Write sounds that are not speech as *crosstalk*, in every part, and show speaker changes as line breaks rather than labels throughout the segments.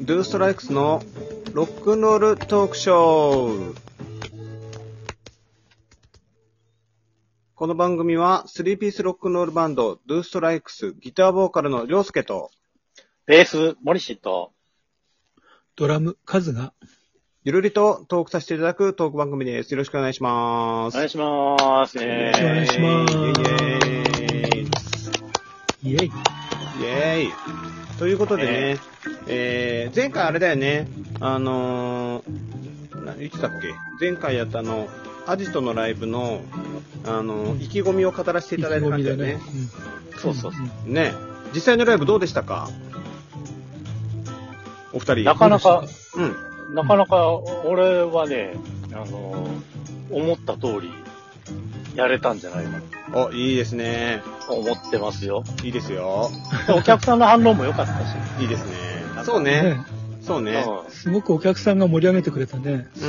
ドゥーストライクスのロックンロールトークショー。この番組は3ピースロックンロールバンドドゥーストライクスギターボーカルのりょうすけと
ベース、モリシと、
ドラム、カズが、
ゆるりとトークさせていただくトーク番組です。よろしくお願いしま
お
す。
願いします。お
お
願いします
イエイイエイ
イェイ。
イェーイ。ということでね、えー、前回あれだよね、あのー、な言ってたっけ前回やったあの、アジトのライブの、あのー、意気込みを語らせていただいた感じだよね。
そうそうそう。
う
ね、実際のライブどうでしたかお二人。
なかなか、
うん。
なかなか、俺はね、あの、思った通り、やれたんじゃないか
お、いいですね。
と思ってますよ。
いいですよ。
でお客さんの反応も良かったし。
いいですね。そう
ね
ね。そう
う
ね。
ん
すごくお客さんが盛り上げてくれたね。
う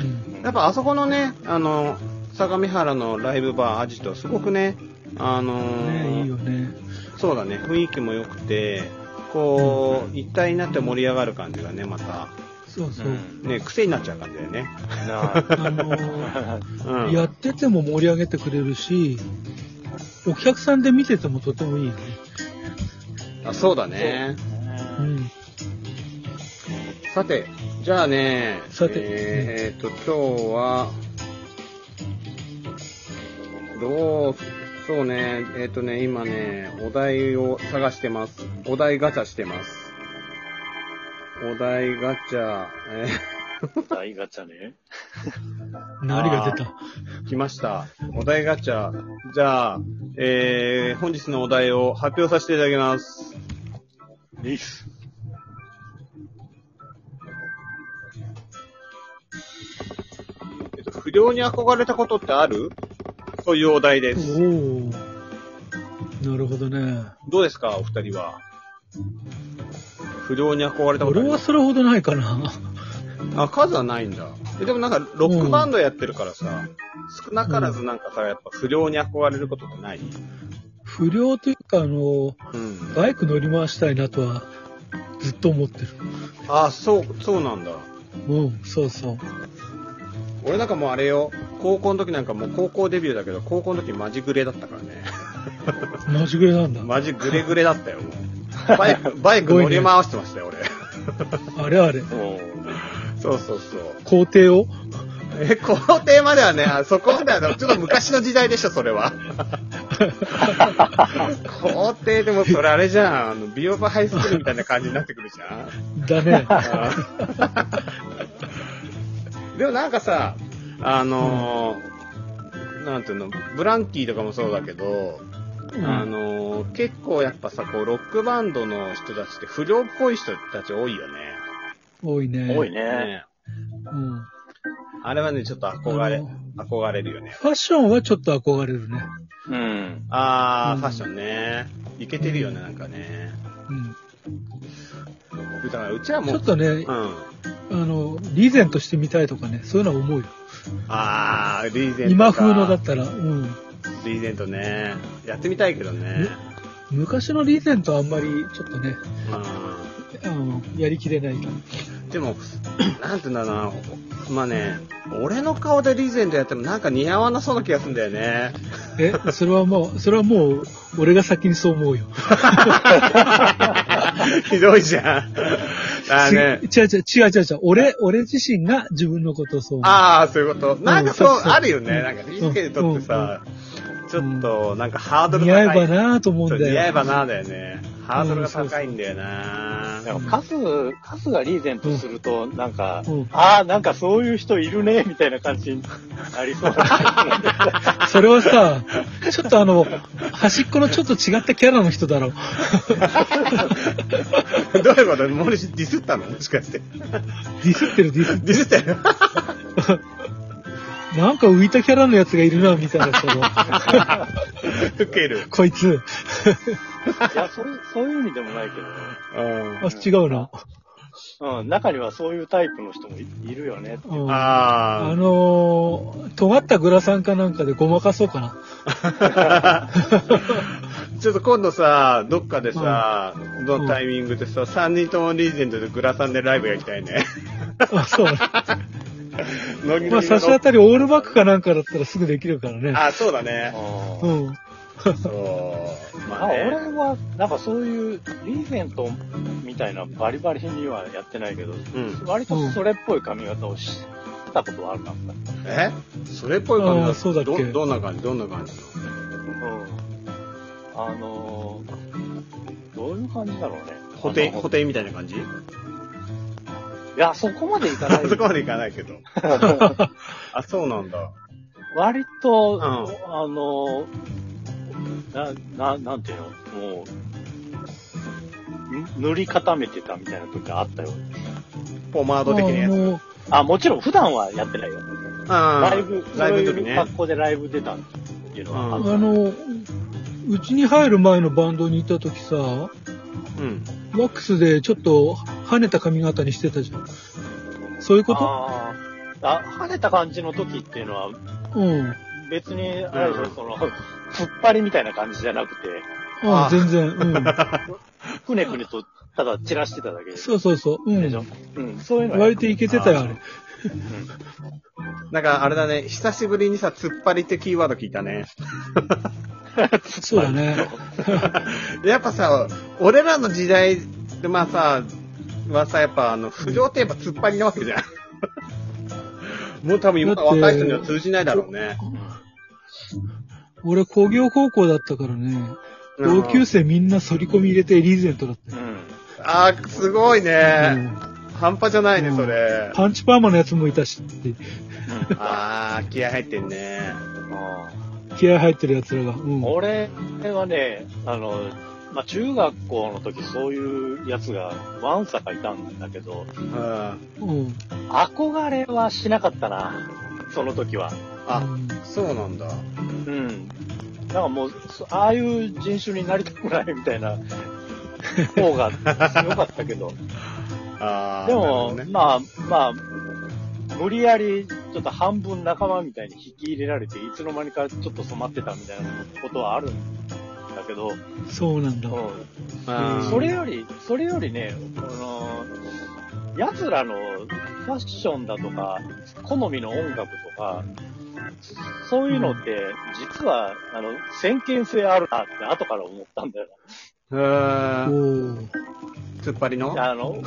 ん。
うん。
やっ、ぱあそこのね、あの、相模原のライブバーアジト、すごくね、あのー
ねいいよね。
そうだね、雰囲気も良くて、こう、一体になって盛り上がる感じがね、また、
そう
う
そう。
ん。
ね、癖になっちゃう感じだよね。
なあ
あのー
う
*laughs*
ん。
やってても盛り上げてくれるし、お客さんで見ててもとてもいいよね。
あそうだね。
うん。
さて、じゃあね、
さて
えー、と、今日は、どう、そうね、えっ、とね、今ね、お題を探してます。お題ガチャしてます。お題ガチャ、え
大ガチャね。
何が出た
ー、 *laughs* 来ました。お題ガチャ。じゃあ、えー、本日のお題を発表させていただきます。
いいっす。
えっと不良に憧れたことってあるというお題で
お
す。
おーなるほどね。
どうですか、お二人は。不良に憧れたことあ
俺
りま
は
す
それほどないかな。
あ、数はないんだ。えでもなんか、ロックバンドやってるからさ、少なからずなんかさ、やっぱ不良に憧れることってない
不良というか、あの、
うん。
バイク乗り回したいなとは、ずっと思ってる。
あ、そう、そうなんだ。
うん、そうそう。
俺なんかもうあれよ、高校の時なんかもう高校デビューだけど、高校の時マジグレだったから *laughs* ね。
マジぐらいなんだ。
マジグレグレだったよ、もう。バイ *laughs* ク、バイク乗り回してましたよ、俺。
あれあれ、
もう、
そうそうそう。
校庭を。
え、校庭まではね、あそこまではね、ちょっと昔の時代でしょ、それは。校庭でもそれあれじゃん。あの、ビオバハイスクールみたいな感じになってくるじゃん。
だね。
*laughs* あーでもなんかさ、あのーなんていうの、ブランキーとかもそうだけど、あのー結構やっぱさ、こう、ロックバンドの人たちって不良っぽい人たち多いよね。
多いね。
多いね。
ね
うん。
あれはね、ちょっと憧
あ
れ
の、
憧れるよね。
ファッションはちょっと憧れるね。
うん。
あー、
うん
ファッションね。いけてるよね、なんかね。だから、うちは
うん。ち
も
ょ
う
っ、とね
う、ん。
あの、リーゼントしてみたいとかね、そういうのは思うよ。
あー、リーゼントか。
今風のだったら、うん。
リーゼントね。やってみたいけどね。
昔のリーゼントはあんまり、ちょっとね、
う
あの、やりきれないけど。
ん。でも、 *clears throat* なんていうんだろうな。まあね、俺の顔でリーゼントやってもなんか似合わなそうな気がするんだよね。 *laughs*
え、それはもう、それはもう、俺が先にそう思うよ。
ひどいじゃん。あーね。
違う違う違う違う違う。俺、俺自身が自分のことをそう思う。
ああ、そういうこと。なんかそう、
そうそう
あるよ
う
ね。
ん
なんかリーゼントってさ、ちょっと、なんかハードル
似
高い。
合えばなぁと思うん
そう
だよ。
似合えばなだよね。ハードルが高いんだよな、
なんかカス、カスがリーゼントすると、なんか、
うん
ああ、なんかそういう人いるね、みたいな感じになり
*laughs*
そうだ
それはさ、ちょっとあの、端っこのちょっと違ったキャラの人だろう。
どういうこと森氏ディスったのもしかして。
ディスってるディス。
ディスったよ。
なんか浮いたキャラのやつがいるな、みたいな人の。
ウケる。
こいつ。
いや、そう、そういう意味でもないけど、
あ、違うな。
うん、中にはそういうタイプの人もいいるよね。
うんあ
あ
のー、尖ったグラサンかなんかでごまかそうかな。
あ。ちょっと今度さ、どっかでさ、のタイミングでさ、3人ともリーゼントでグラサンでライブやりたい
*laughs*
ね。
あ、そう。
ノリ
ま
ノ
あ、
リ
差
の
し当たりオールバックかなんかだったらすぐできるからね。
あ、そうだね。
う
あ
ん。
そう。ま
あ
あ
俺
ね。
は、なんかそういう、リーゼントみたいなバリバリにはやってないけど、
うん。
割とそれっぽい髪型をしたことはあるな、
えそれっぽい感じ
あーそうだっけ
どどんな感じどんな感じ
うん。あのー、どういう感じだろうね。
補填、
あの
補填みたいな感じ
いや、そこまでいか
あ
な
*laughs*
い。
そこまでいかないけど。あ、そうなんだ。
割と、
ん
あのー、な、な、なんていうのもう、ん塗り固めてたみたいな時あったよ。
ポマード的なやつ。
もう
あ、もちろん普段はやってないよ。
あ
ライブ、
ライブの
そう
時
いう
ね
格。好でライブ出たっていうのはあった。
あの、うちに入る前のバンドにいた時さ、ワ
うん。
ックスでちょっと跳ねた髪型にしてたじゃん。そういうこと
あーあ、跳ねた感じの時っていうのは、
うん。うん、
別に、あれでしょ、
うん
その、突っ *laughs* 張りみたいな感じじゃなくて、
あ
全然。うん。
くねくねと、ただ散らしてただけでし
そうそうそう。う
ょ
ん。。
うん、そういうのは
割といけてたよ、あれ。
なんかあれだね、久しぶりにさ、突っ張りってキーワード聞いたね。
そうだね。
やっぱさ、俺らの時代でまあさ、はさ、やっぱあの、不条といえば突っ張りなわけじゃん。もう多分今の若い人には通じないだろうね。
俺工業高校だったからね、同級生みんな反り込み入れてリーゼントだったよ。
うん。
あー、すごいね。
うん
半端じゃないね、
うん
それ。
パンチパーマのやつもいたしって、
あー、気合入ってんね。
あ
気合入ってる奴らが。うん
ー俺はね、あの、まあ、中学校の時そういうやつがワンサかいたんだけど、
うん。
うん。
憧れはしなかったな、その時は。
あ、そうなんだ。
うん。なんかもう、そああいう人種になりたくないみたいな方が強かった
*laughs*
けど、
あー。
で
なるほ
も、
どね、
まあ、まあ、無理やり、ちょっと半分仲間みたいに引き入れられて、いつの間にかちょっと染まってたみたいなことはあるんだけど、
うんそうなんだ。
うん
それより、それよりね、この、奴らのファッションだとか、好みの音楽とか、そういうのって、実は、あの、先見性あるなって後から思ったんだよ
う
お
ーん。
ー
突っ張りの
な。あの、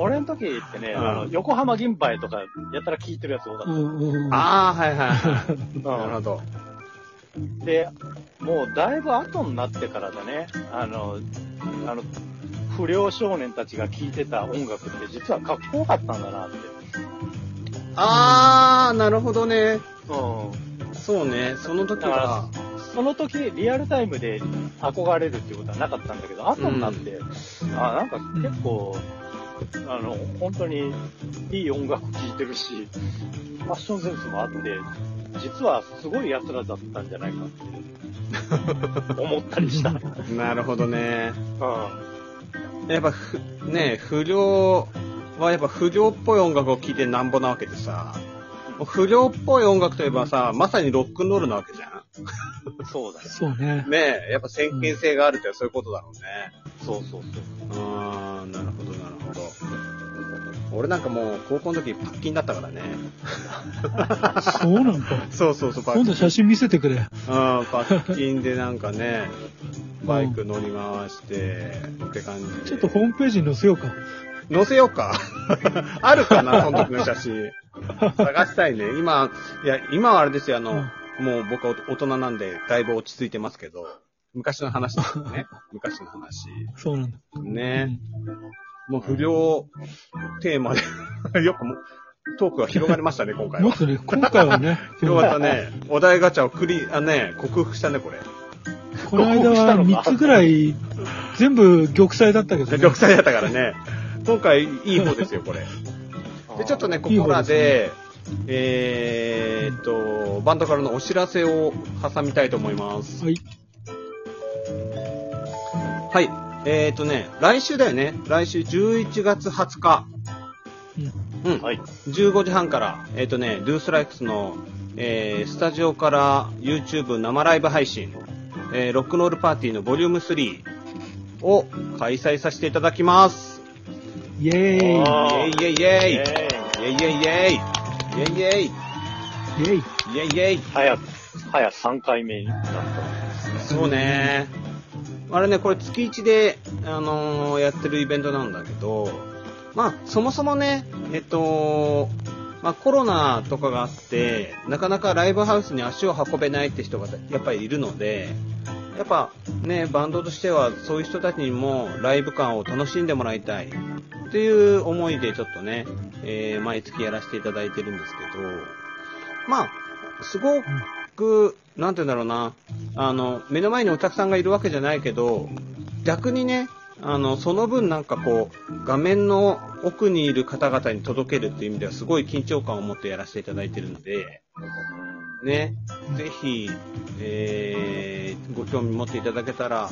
俺の時ってね、
うん
あの、横浜銀杯とか、やたら聴いてるやつ多かっ
う
た。
んうん。
あー、はいはいはい。 *laughs* なる
う
ほど。
んで、もうだいぶ後になってからだね、あの、あの、不良少年たちが聴いてた音楽って実はかっこよかったんだなって。
あー、なるほどね。
う
そうね、その時は。
ん。その時、リアルタイムで憧れるっていうことはなかったんだけど、後になって、あ、なんか結構、あの、本当にいい音楽聴いてるし、ファッションセンスもあって、実はすごい奴らだったんじゃないかって思ったりした。うん。
なるほどね。やっぱふ、ね、不良はやっぱ不良っぽい音楽を聴いてなんぼなわけでさ、不良っぽい音楽といえばさ、まさにロックンロールなわけじゃ
そうだね。
そうね
ん。。ねえ、やっぱ先見性があるってそういうことだろうね。
そうそうそう。
あー、なるほど、なるほど。俺なんかもう高校の時パッキンだったからね。
そうなん
*laughs*
だ。
そうそうそう、パ
今
ッキ
度
ン。
写真見せてくれ。
うん、パッキンでなんかね、バイク乗り回して、って感じで。
ちょっとホームページに載せようか。
載せようか。 *laughs* あるかな、その時の写真。探したいね。今、いや、今はあれですよ、あの、もう僕は大人なんで、だいぶ落ち着いてますけど、昔の話ですよね。昔の話。
そうなんだ。
ね。もう不良テーマで、 *laughs* よくもうトークが広がりましたね、今回
*laughs* もっ
は。
とね、今回はね、
広がったね。お題ガチャをクリ、あ、ね、克服したね、これ。
この間は3つぐらい、全部玉砕だったけどね。
玉砕だったから *laughs* ね。今回、いい方ですよ、こ *laughs* れ。で、ちょっとね、ここらで、えーっと、バンドからのお知らせを挟みたいと思います。
はい。
はい。えーっとね、来週だよね。来週11月20日。うん。
はい。
15時半から、えーっとね、ドゥーストライクスの、えースタジオから YouTube 生ライブ配信。えーロックンロールパーティーのボリューム3を開催させていただきます。
イェー
イ
あ
ェ
ー
イイェイイ
イ
ェイイ
ェーイ
ェイイェイイェイイェイイェイイ
イイェイ
ェイイェイ
早く、早3回目になった。
そうね。あれね、これ月1で、あのーやってるイベントなんだけど、まあ、そもそもね、えっと、まあ、コロナとかがあって、なかなかライブハウスに足を運べないって人がやっぱりいるので、やっぱね、バンドとしてはそういう人たちにもライブ感を楽しんでもらいたいっていう思いでちょっとね、えー毎月やらせていただいてるんですけど、まあ、すごく、なんて言うんだろうな、あの、目の前にお客さんがいるわけじゃないけど、逆にね、あの、その分なんかこう、画面の奥にいる方々に届けるっていう意味ではすごい緊張感を持ってやらせていただいてるんで、ね、ぜひ、えー、ご興味持っていただけたら、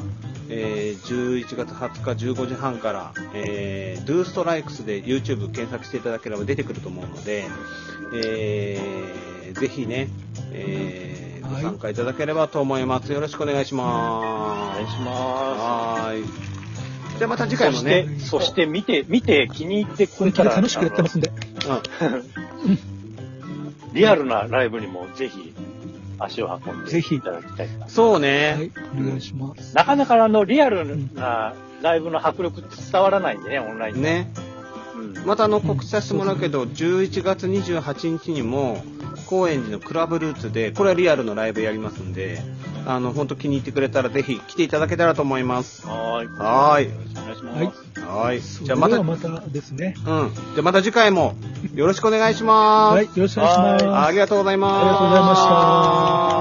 えー、11月20日15時半から、えー、Do Strikes で YouTube 検索していただければ出てくると思うので、えー、ぜひね、えー、ご参加いただければと思います。よろしくお願いし
お
ま
願い
す。
しま
はーい。じゃあまた次
す。そ
回も
して、
ね。
そして見て、見て気に入ってく
本
れ
気
た
で
ら、
楽しくやってますんで。
あのリアルなライブにもぜひ足を運んで
ぜひ
いただきたいな。
そうね。
はい、お願いします。
なかなかあの、リアルなライブの迫力って伝わらないんでね、オンラインで。
ね。
うん
またあの告知させてもらうけど、11月28日にも、高円寺のクラブルーツで、これはリアルのライブやりますんで、あの、ほんと気に入ってくれたらぜひ来ていただけたらと思います。
はーい。
はーい
よろしくお願いします。
はい
はい。
そ
じゃ
れ
あ
で
また、
は
うん。
またですね。
じゃあまた次回も、よろしくお願いします。
はい、よろしくお願いします。
ありがとうございます。
ありがとうございました